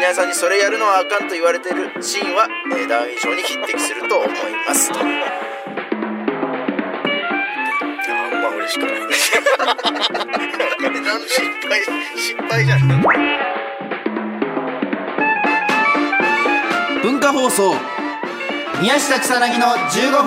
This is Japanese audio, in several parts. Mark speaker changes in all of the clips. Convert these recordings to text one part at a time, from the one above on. Speaker 1: 屋さんにそれやるのはあかんと言われてるシーンは、えー、ダウン以上に匹敵すると思いますと。
Speaker 2: あんま嬉しくな いね
Speaker 1: なんで失敗失敗じゃん文化放送宮下草薙の15分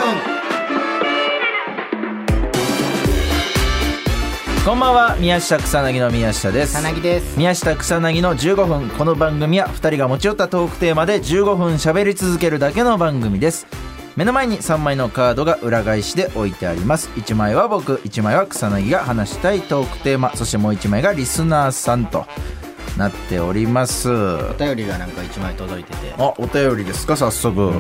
Speaker 1: こんばんは宮下草薙の宮下です
Speaker 3: なぎです
Speaker 1: 宮下草薙の15分この番組は2人が持ち寄ったトークテーマで15分喋り続けるだけの番組です目の前に3枚のカードが裏返しで置いてあります1枚は僕1枚は草薙が話したいトークテーマそしてもう1枚がリスナーさんとなっております
Speaker 3: お便りがなんか一枚届いてて、
Speaker 1: あお便りですか早速、はい、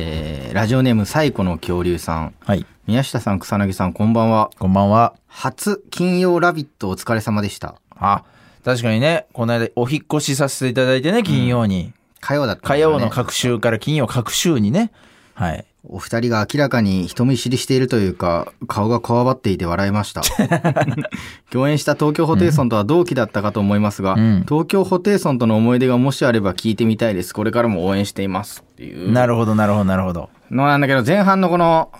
Speaker 3: えーラジオネーム最古の恐竜さん
Speaker 1: はい、
Speaker 3: 宮下さん草薙さんこんばんは
Speaker 1: こんばんは
Speaker 3: 初金曜ラビットお疲れ様でした
Speaker 1: あ確かにねこの間お引っ越しさせていただいてね金曜に、
Speaker 3: 火曜だったんだ
Speaker 1: 火
Speaker 3: ね
Speaker 1: 曜の各週から金曜各週にねはい
Speaker 3: お二人が明らかに人見知りしているというか、顔がこわばっていて笑いま した。共演した東京ホテイソンとは同期だったかと思いますが、
Speaker 1: うん
Speaker 3: 東京ホテイソンとの思い出がもしあれば聞いてみたいです。これからも応援しています。っていう
Speaker 1: なるほどなるほどなるほど
Speaker 3: のなんだけど、前半のこの、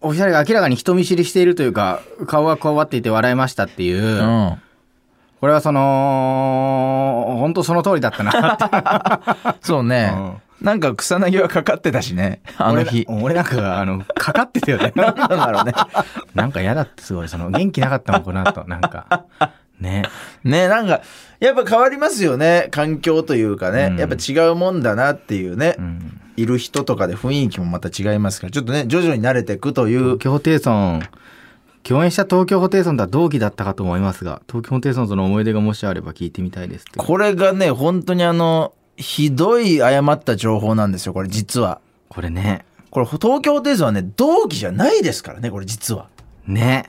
Speaker 3: お二人が明らかに人見知りしているというか、顔がこわばっていて笑いましたっていう、
Speaker 1: うん
Speaker 3: これはその、本当その通りだった なって。
Speaker 1: そうね、なんか草薙はかかってたしねあの日
Speaker 3: 俺な俺なんか、あの、かかってたよ ね。
Speaker 1: なんだろうね
Speaker 3: なんか嫌だってすごい、その、元気なかったもん、この後。なんか。ね。
Speaker 1: ねなんかやっぱ変わりますよね環境というかね、
Speaker 3: うん
Speaker 1: やっぱ違うもんだなっていうね、
Speaker 3: うん。
Speaker 1: いる人とかで雰囲気もまた違いますからちょっとね徐々に慣れていくという
Speaker 3: 東京ホテイソン。共演した東京ホテイソンとは同期だったかと思いますが、東京ホテイソンとの思い出がもしあれば聞いてみたいですって。
Speaker 1: これがね本当にあのひどい誤った情報なんですよこれ実は
Speaker 3: これね。
Speaker 1: これ東京ホテイソンはね同期じゃないですからねこれ実は
Speaker 3: ね。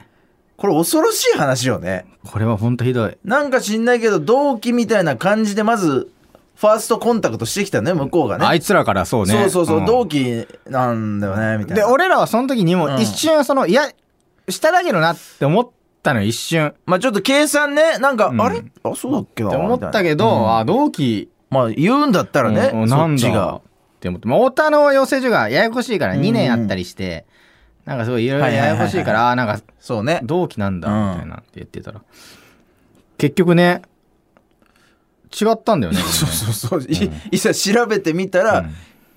Speaker 1: これ恐ろしい話よね
Speaker 3: これはほんとひどい。
Speaker 1: なんか知んないけど同期みたいな感じでまずファーストコンタクトしてきたね向こうがね
Speaker 3: あいつらからそうね。
Speaker 1: そうそうそう、
Speaker 3: ん
Speaker 1: 同期なんだよねみたいな
Speaker 3: で、俺らはその時に
Speaker 1: う
Speaker 3: も
Speaker 1: ん
Speaker 3: 一瞬、その、いや、下だけどなって思ったのよ、一瞬。
Speaker 1: まあちょっと計算ねなんか、
Speaker 3: うん
Speaker 1: あれあそうだっけな
Speaker 3: って思ったけど、
Speaker 1: みたいな
Speaker 3: あ、同期
Speaker 1: まあ言うんだったらね、
Speaker 3: うんうん
Speaker 1: そ
Speaker 3: な
Speaker 1: っ
Speaker 3: ん
Speaker 1: ち
Speaker 3: だ
Speaker 1: が
Speaker 3: って思って、まあ、太田の養成所がややこしいから
Speaker 1: うん
Speaker 3: 2年あったりして、なんかすごいいろいろややこしいから、あーなんか
Speaker 1: そうね
Speaker 3: 同期なんだ
Speaker 1: うん
Speaker 3: みたいなって言ってたら、結局ね違ったんだよね
Speaker 1: そうそうそう、いいざ調べてみたら、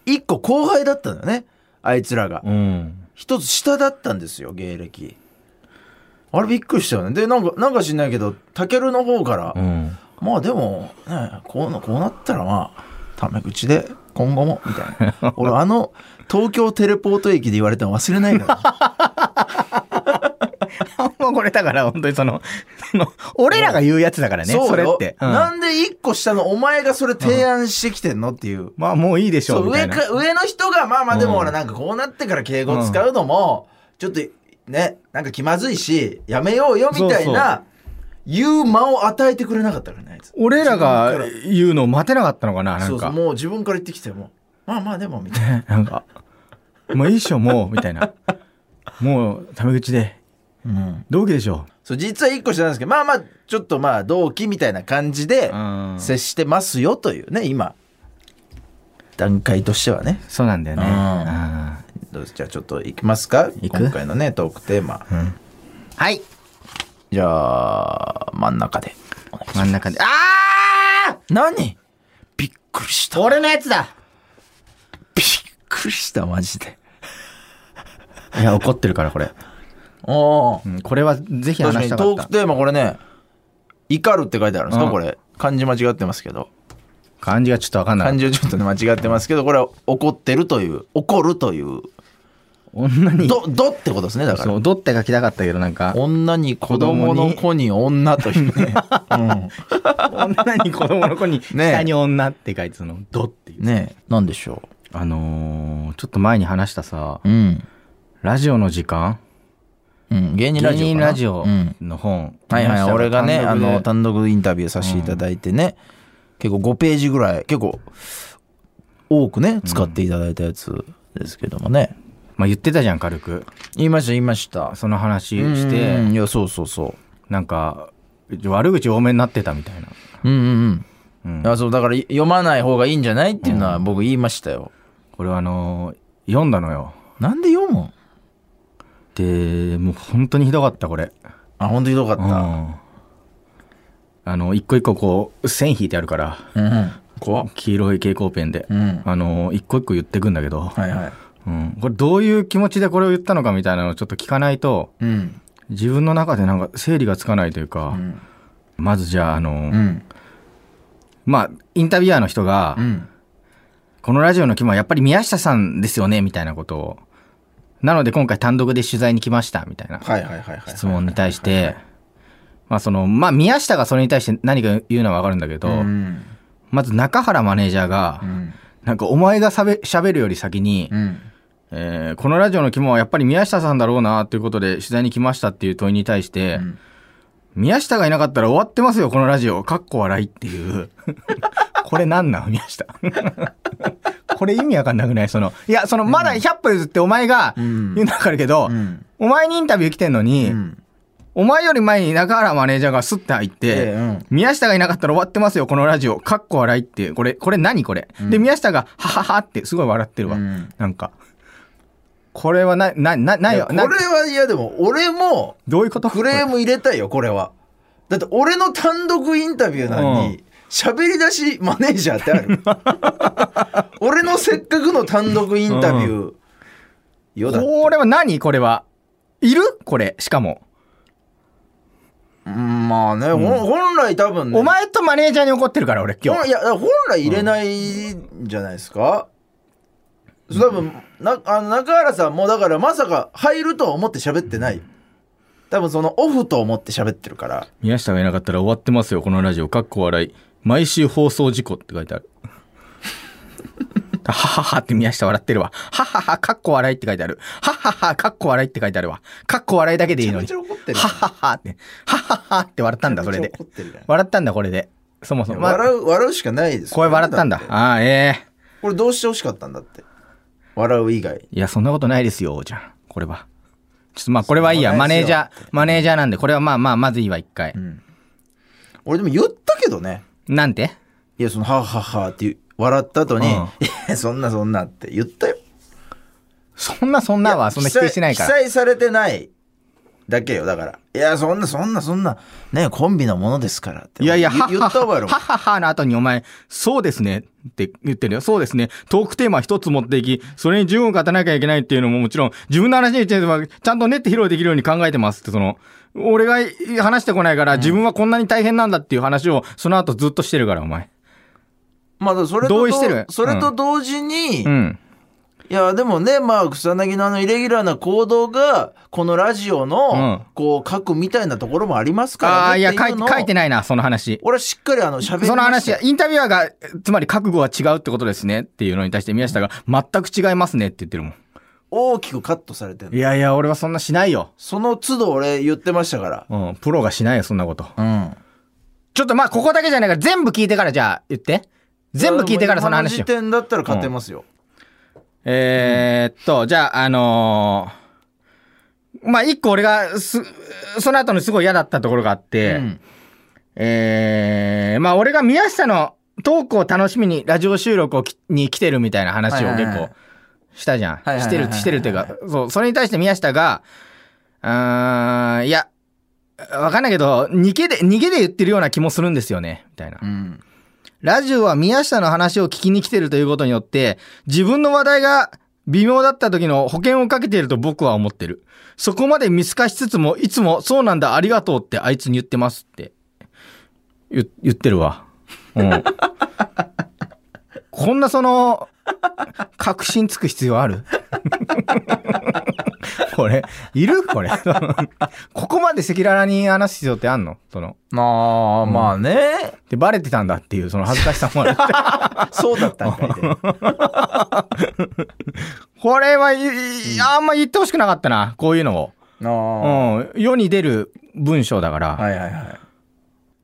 Speaker 1: 一個後輩だったんだよねあいつらが
Speaker 3: うん
Speaker 1: 一つ下だったんですよ芸歴あれびっくりしたよねでなんかなんか知んないけどタケルの方から、
Speaker 3: うん
Speaker 1: まあでも、ね、こうなこうなったらまあタメ口で今後もみたい な俺あの東京テレポート駅で言われたの忘れないから
Speaker 3: もうこれだから本当にそのその俺らが言うやつだ からね、
Speaker 1: よ
Speaker 3: それって、うん
Speaker 1: なんで一個下のお前がそれ提案してきてんのっていう
Speaker 3: まあもういいでし
Speaker 1: そ
Speaker 3: ょう
Speaker 1: う
Speaker 3: みたい
Speaker 1: 上
Speaker 3: な
Speaker 1: か上の人がまあまあでも
Speaker 3: うん
Speaker 1: 俺なんかこうなってから敬語使うのもちょっとねなんか気まずいしやめようよみたいな言う間を与えてくれなかったからねあいつ
Speaker 3: 俺らが
Speaker 1: 自分か
Speaker 3: 言うのを待てなかったのかな
Speaker 1: ら
Speaker 3: なんか
Speaker 1: そうそうもう自分から言ってきてもまあまあでもみたいな
Speaker 3: なんか「もういいっしょもう」みたいな「もうタメ口で
Speaker 1: うん
Speaker 3: 同期でしょ」
Speaker 1: そう実は一個下なんですけどまあまあちょっとまあ同期みたいな感じで
Speaker 3: うん
Speaker 1: 接してますよというね今段階としてはね
Speaker 3: そうなんだよね。
Speaker 1: うん
Speaker 3: うん
Speaker 1: どうですじゃあちょっといきますか
Speaker 3: いく
Speaker 1: 今回のねトークテーマ、
Speaker 3: はい。
Speaker 1: じゃあ真ん中でお願いします
Speaker 3: 真ん中で。あ
Speaker 1: 何びっくりした
Speaker 3: ー俺のやつだ
Speaker 1: びっくりしたマジで
Speaker 3: いや、怒ってるから、これ。
Speaker 1: おお
Speaker 3: うんこれはぜ
Speaker 1: 確か
Speaker 3: ひ話
Speaker 1: に
Speaker 3: したか
Speaker 1: ト
Speaker 3: っ
Speaker 1: ーク
Speaker 3: た。
Speaker 1: テーマこれね「怒る」って書いてあるんですか、
Speaker 3: うん
Speaker 1: これ漢字間違ってますけど
Speaker 3: 漢字がちょっとわかんな
Speaker 1: 漢
Speaker 3: い。
Speaker 1: 字はちょっとね間違ってますけどこれは怒ってるという怒るという
Speaker 3: 女に、
Speaker 1: どどってことですねだか
Speaker 3: そ
Speaker 1: ら
Speaker 3: う、どって書きたかったけど、なんか、
Speaker 1: 女に子供の子に女と いうね、
Speaker 3: 女に子供の 子に、
Speaker 1: ねえ
Speaker 3: 下に女って書いて、その、どっていうう。
Speaker 1: ん、ねえ何でしょ
Speaker 3: あのー、ちょっと前に話したさ、
Speaker 1: ううん、
Speaker 3: ラジオの時間
Speaker 1: うん、芸人
Speaker 3: 芸
Speaker 1: ラジオか
Speaker 3: 人
Speaker 1: な
Speaker 3: ラジオ
Speaker 1: うん、
Speaker 3: の本。
Speaker 1: はいはい、俺がね、あ
Speaker 3: 単独で
Speaker 1: の、単独インタビューさせていただいてね、結構5ページぐらい、結構、多くね、使っていただいたやつですけどもね。
Speaker 3: まあ言ってたじゃん、軽く。
Speaker 1: 言いました、言いました。
Speaker 3: その話し
Speaker 1: うんうんう
Speaker 3: て、
Speaker 1: んいや、そうそうそ
Speaker 3: なんか、悪口多めになってたみたいな。
Speaker 1: う。うんうんうん。
Speaker 3: うん
Speaker 1: あそうだからい読まない方がいいんじゃないっていうのは僕言いましたよ、
Speaker 3: これはあのー読んだのよ
Speaker 1: なんで読むん
Speaker 3: でもう本当にひどかったこれ
Speaker 1: あ本当ひどかっ
Speaker 3: うん
Speaker 1: た
Speaker 3: あの一個一個こう線引いてあるから
Speaker 1: うん怖っ
Speaker 3: 黄色い蛍光ペンで、
Speaker 1: うん
Speaker 3: あのー一個一個言ってくんだけど、
Speaker 1: はいはい
Speaker 3: うん、これどういう気持ちでこれを言ったのかみたいなのをちょっと聞かないと
Speaker 1: うん
Speaker 3: 自分の中でなんか整理がつかないという
Speaker 1: う
Speaker 3: か、
Speaker 1: ん
Speaker 3: まずじゃああのー
Speaker 1: うん
Speaker 3: まあインタビュアーの人が、
Speaker 1: うん
Speaker 3: このラジオの肝はやっぱり宮下さんですよねみたいなことを。なので今回単独で取材に来ましたみたいな
Speaker 1: はいはいはいはい
Speaker 3: 質問に対して、まあその、まあ宮下がそれに対して何か言うのはわかるんだけど、
Speaker 1: うん
Speaker 3: まず中原マネージャーが
Speaker 1: う、ん
Speaker 3: なんかお前がしゃべ喋るより先に、
Speaker 1: うん
Speaker 3: えーこのラジオの肝はやっぱり宮下さんだろうなということで取材に来ましたっていう問いに対して、
Speaker 1: ん
Speaker 3: 宮下がいなかったら終わってますよこのラジオかっこ笑いっていう これなんなん宮下 これ意味わかんなくないそのいやそのまだ100歩譲ってお前が
Speaker 1: うん
Speaker 3: 言うのわかるけど、
Speaker 1: うん
Speaker 3: お前にインタビュー来てんのに、
Speaker 1: うん
Speaker 3: お前より前に中原マネージャーがスッて入って、
Speaker 1: ええうん
Speaker 3: 宮下がいなかったら終わってますよこのラジオかっこ笑いっていうこれこれ何これ、で宮下がはははってすごい笑ってるわ、
Speaker 1: うん
Speaker 3: なんかこれはなななないい
Speaker 1: や
Speaker 3: よ
Speaker 1: これ
Speaker 3: な
Speaker 1: はいやでも俺も
Speaker 3: どういうこと
Speaker 1: クレーム入れたいよこれはだって俺の単独インタビューなの
Speaker 3: う
Speaker 1: に喋り出しマネージャーってある俺のせっかくの単独インタビューよだって
Speaker 3: これは何これはいるこれしかも、
Speaker 1: うんまあね、ほん本来多分ね
Speaker 3: お前とマネージャーに怒ってるから俺今
Speaker 1: ほん
Speaker 3: 日
Speaker 1: いやだから本来入れないんじゃないですか、そう多分なあの中原さんもだからまさか入るとは思って喋ってない多分そのオフと思って喋ってるから
Speaker 3: 宮下がいなかったら終わってますよこのラジオかっこ笑い毎週放送事故って書 いてあるはははって宮下笑ってるわ。ははは、かっこ笑いって書いてある。ははは、かっこ笑いって書いてあるわ。かっこ笑いだけでいいの
Speaker 1: め
Speaker 3: に。
Speaker 1: ちゃ
Speaker 3: は
Speaker 1: めちゃ怒ってる
Speaker 3: ははって。はははって笑ったんだ、それ
Speaker 1: め
Speaker 3: で
Speaker 1: ちゃめちゃ。怒ってるじゃん
Speaker 3: 笑ったんだ、これで。そもそも。ま
Speaker 1: 笑う笑うしかないですよ
Speaker 3: これ笑ったんだ。
Speaker 1: って
Speaker 3: ああ、ええ
Speaker 1: これどうしてほしかったんだって笑う以外
Speaker 3: いや、そんなことないですよ、じゃん。これは。ちょっとまあ、これはいいや。
Speaker 1: そんな
Speaker 3: マ
Speaker 1: ことな
Speaker 3: ネ
Speaker 1: いです
Speaker 3: ージ
Speaker 1: よ
Speaker 3: ャー、マネージャーなんで、これはまあまあ、まずいいわ、一回。
Speaker 1: 俺でも言ったけどね
Speaker 3: なんて
Speaker 1: いやその「はあはあはあ」っていう笑った後に「
Speaker 3: うん
Speaker 1: いやそんなそんな」って言ったよ
Speaker 3: そんなそんなは、そんな否定してないか
Speaker 1: 記
Speaker 3: ら。
Speaker 1: 載記載されてないだけよだからいやそんなそんなそんなねコンビのものですからって
Speaker 3: いやいや、
Speaker 1: 言
Speaker 3: は
Speaker 1: 言ったわよ
Speaker 3: はははの後にお前、そうですねって言ってるよ。そうですね。トークテーマ一つ持っていき、それに順を勝たなきゃいけないっていうのももちろん、自分の話については、ちゃんと練って披露できるように考えてますって、その、俺が話してこないから、自分はこんなに大変なんだっていう話を、その後ずっとしてるから、お前。
Speaker 1: まあそれと
Speaker 3: 同意してる
Speaker 1: それと同時に、い
Speaker 3: うん。
Speaker 1: やでもねまあ草薙のあのイレギュラーな行動がこのラジオの、
Speaker 3: うん
Speaker 1: こう書くみたいなところもありますから
Speaker 3: ああ、いや、書い
Speaker 1: 書
Speaker 3: 書いてないな、その話。
Speaker 1: 俺はしっかりあの喋り
Speaker 3: その
Speaker 1: ました
Speaker 3: 話
Speaker 1: よ、
Speaker 3: インタビュアーが、つまり覚悟は違うってことですねっていうのに対して宮下が、全く違いますねって言ってるもん。
Speaker 1: 大きくカットされてる
Speaker 3: いやいや、俺はそんなしないよ。
Speaker 1: その都度俺言ってましたから
Speaker 3: うん、プロがしないよ、そんなこと。
Speaker 1: うん
Speaker 3: ちょっとまあ、ここだけじゃないから、全部聞いてからじゃあ、言って。全部聞いてからその話
Speaker 1: 今
Speaker 3: よ
Speaker 1: 時。点だったら勝てますよ、
Speaker 3: えーっと、じゃあ、あのーまあ、一個俺が、す、その後のすごい嫌だったところがあって、
Speaker 1: うん
Speaker 3: えー、まあ俺が宮下のトークを楽しみにラジオ収録をきに来てるみたいな話を
Speaker 1: はいはい
Speaker 3: 結
Speaker 1: はい
Speaker 3: 構したじゃん。
Speaker 1: はいはいはい
Speaker 3: してる、してるっていうか、そう、それに対して宮下が、あーいや、わかんないけど、逃げで、逃げで言ってるような気もするんですよね、みたいな
Speaker 1: う。ん
Speaker 3: ラジオは宮下の話を聞きに来てるということによって、自分の話題が微妙だった時の保険をかけていると僕は思ってる。そこまで見透かしつつも、いつも、そうなんだ、ありがとうってあいつに言ってますって。言言ってるわ。うん。 こんなその、確信つく必要ある これ、いるこれ。 ここまで赤裸々に話す必要ってあんのその。
Speaker 1: まあ、まあね。
Speaker 3: で、バレてたんだっていう、その恥ずかしさもある。
Speaker 1: そうだったんかいで。
Speaker 3: これはいいあんま言ってほしくなかったな、こういうの
Speaker 1: ああ
Speaker 3: を。うん、世に出る文章だから。
Speaker 1: はいはいはい。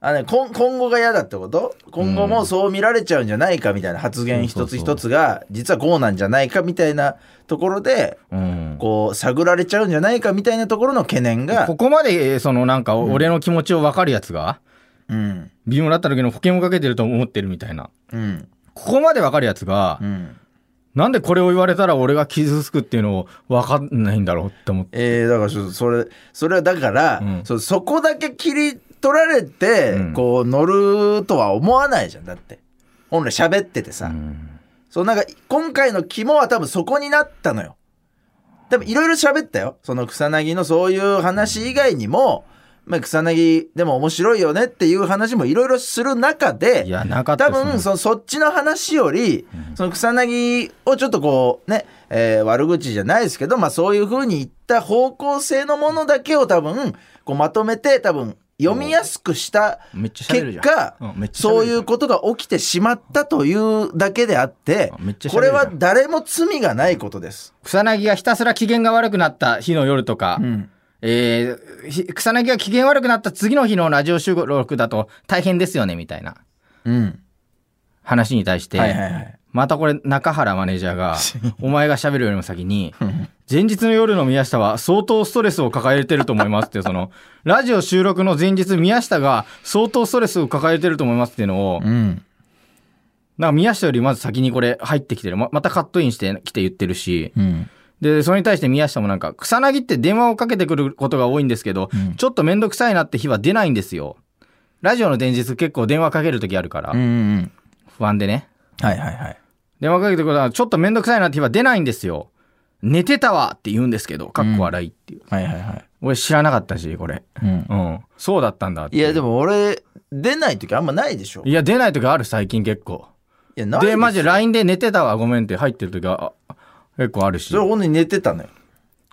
Speaker 1: あね、今今後が嫌だってこと今後もそう見られちゃうんじゃないかみたいな発言一つ一つが実はこうなんじゃないかみたいなところで
Speaker 3: うん、
Speaker 1: こう探られちゃうんじゃないかみたいなところの懸念が
Speaker 3: ここまで、そのなんか、俺の気持ちを分かるやつが、
Speaker 1: うん
Speaker 3: 微妙だった時の保険をかけてると思ってるみたいな。
Speaker 1: うん
Speaker 3: ここまでわかるやつが、
Speaker 1: うん
Speaker 3: なんでこれを言われたら俺が傷つくっていうのをわかんないんだろうって思って。
Speaker 1: えー、だからちょっとそれそれはだから、
Speaker 3: うん
Speaker 1: そそこだけ切り取られて、
Speaker 3: うん
Speaker 1: こう乗るとは思わないじゃんだって本来喋っててさ、
Speaker 3: うん
Speaker 1: そうなんか今回の肝は多分そこになったのよ多分いろいろ喋ったよその草薙のそういう話以外にも、まあ、草薙でも面白いよねっていう話もいろいろする中で
Speaker 3: いや、なかった
Speaker 1: 多
Speaker 3: ですね
Speaker 1: 分そのそっちの話より、その草薙をちょっとこうね、えー悪口じゃないですけど、まあ、そういうふうに言った方向性のものだけを多分こうまとめて多分読みやすくした
Speaker 3: めっちゃ喋る
Speaker 1: 結
Speaker 3: じゃん。
Speaker 1: 果、
Speaker 3: うんめっち
Speaker 1: そ
Speaker 3: ゃ喋る
Speaker 1: う
Speaker 3: じ
Speaker 1: い
Speaker 3: ゃん
Speaker 1: うことが起きてしまったというだけであって
Speaker 3: あめっちゃ喋るじゃん
Speaker 1: これは誰も罪がないことです。
Speaker 3: 草薙がひたすら機嫌が悪くなった日の夜とか、
Speaker 1: うん
Speaker 3: えーひ草薙が機嫌悪くなった次の日のラジオ収録だと大変ですよねみたいな
Speaker 1: うん
Speaker 3: 話に対して、
Speaker 1: はいはいはい
Speaker 3: またこれ中原マネージャーが お前が喋るよりも先に前日の夜の宮下は相当ストレスを抱えてると思いますっていうそのラジオ収録の前日宮下が相当ストレスを抱えてると思いますっていうのを
Speaker 1: うん
Speaker 3: なんか宮下よりまず先にこれ入ってきてるままたカットインしてきて言ってるし
Speaker 1: うん
Speaker 3: でそれに対して宮下もなんか草薙って電話をかけてくることが多いんですけど、ちょっと面倒くさいなって日は出ないんですよラジオの前日結構電話かける時あるから、
Speaker 1: うんうん
Speaker 3: 不安でね
Speaker 1: はいはいはい
Speaker 3: 電話かけてくるのはちょっと面倒くさいなって日は出ないんですよ寝てたわって言うんですけどかっこ笑いっていう、
Speaker 1: はいはいはい
Speaker 3: 俺知らなかったしこれ
Speaker 1: うん
Speaker 3: うんそうだったんだって
Speaker 1: いやで
Speaker 3: も
Speaker 1: も俺出ない時あんまないでしょ
Speaker 3: いや出ない時ある最近結構
Speaker 1: いやない
Speaker 3: でマジ
Speaker 1: で
Speaker 3: LINE で寝てたわごめんって入ってる時はあ結構あるし
Speaker 1: すよそれ本当に寝てたのよ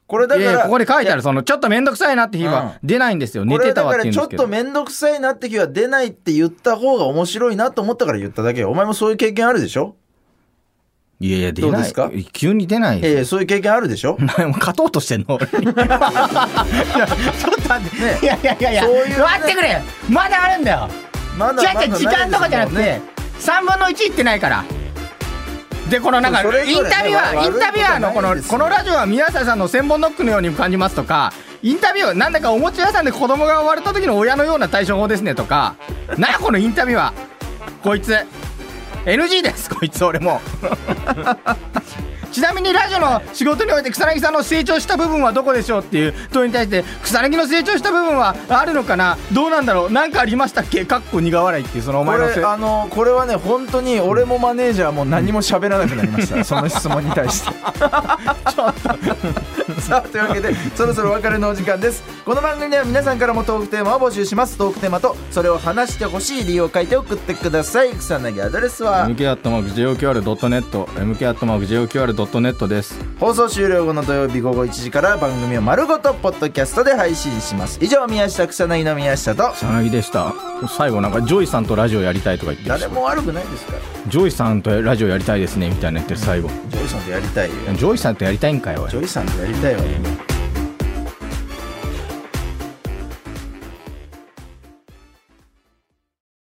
Speaker 1: これだ
Speaker 3: い
Speaker 1: か
Speaker 3: やいや
Speaker 1: ら
Speaker 3: ここに書いてあるそのちょっと面倒くさいなって日は出ないんですよ、寝てたわっ
Speaker 1: こ
Speaker 3: て
Speaker 1: れだからち
Speaker 3: 言うんですけ
Speaker 1: ょっと
Speaker 3: ど
Speaker 1: 面倒くさいなって気は出ないって言った方が面白いなと思ったから言っただけよお前もそういう経験あるでしょ
Speaker 3: いやいや出
Speaker 1: どう
Speaker 3: な
Speaker 1: で
Speaker 3: い
Speaker 1: すか
Speaker 3: 急に出ない
Speaker 1: ええそういう経験あるでしょ
Speaker 3: 何も勝とうとしてんの俺にいやちょっと待って、
Speaker 1: ね
Speaker 3: いやいやいやいや
Speaker 1: そういうね
Speaker 3: 待ってくれまだあるんだよ
Speaker 1: まだ
Speaker 3: 違う違う時間とかじゃなくて、3分の1いってないからでこのなんか
Speaker 1: それぞれね
Speaker 3: インタビュア
Speaker 1: わ
Speaker 3: ーインタビュアーのこ
Speaker 1: 悪いことないで
Speaker 3: の
Speaker 1: すよ
Speaker 3: このラジオは宮下さんの千本ノックのように感じますとかインタビューなんだかお餅屋さんで子供が割れた時の親のような対処法ですねとかなあこのインタビュアーこいつ NG ですこいつ俺も うちなみにラジオの仕事において草薙さんの成長した部分はどこでしょうっていう問いに対して草薙の成長した部分はあるのかなどうなんだろう何かありましたっけかっこ苦笑いっていうそのお
Speaker 1: こ
Speaker 3: 前のせ
Speaker 1: れあのこれはね本当に俺もマネージャーも何も喋らなくなりま したその質問に対して さあというわけでそろそろお別れのお時間ですこの番組では皆さんからもトークテーマを募集しますトークテーマとそれを話してほしい理由を書いて送ってください草薙アドレスは
Speaker 3: MK アットマーク JOQR.net MK アットマーク JOQR.net です
Speaker 1: 放送終了後の土曜日午後1時から番組を丸ごとポッドキャストで配信します以上宮下草薙の宮下と
Speaker 3: 草薙でした最後なんかジョイさんとラジオやりたいとか言ってるし
Speaker 1: 誰も悪くないですから
Speaker 3: ジョイさんとラジオやりたいですねみたいな言ってる最後
Speaker 1: ジョイさんとやりたいよ
Speaker 3: ジョイさんとやりたいんかよおい
Speaker 1: ジョイさんとやりたいわ今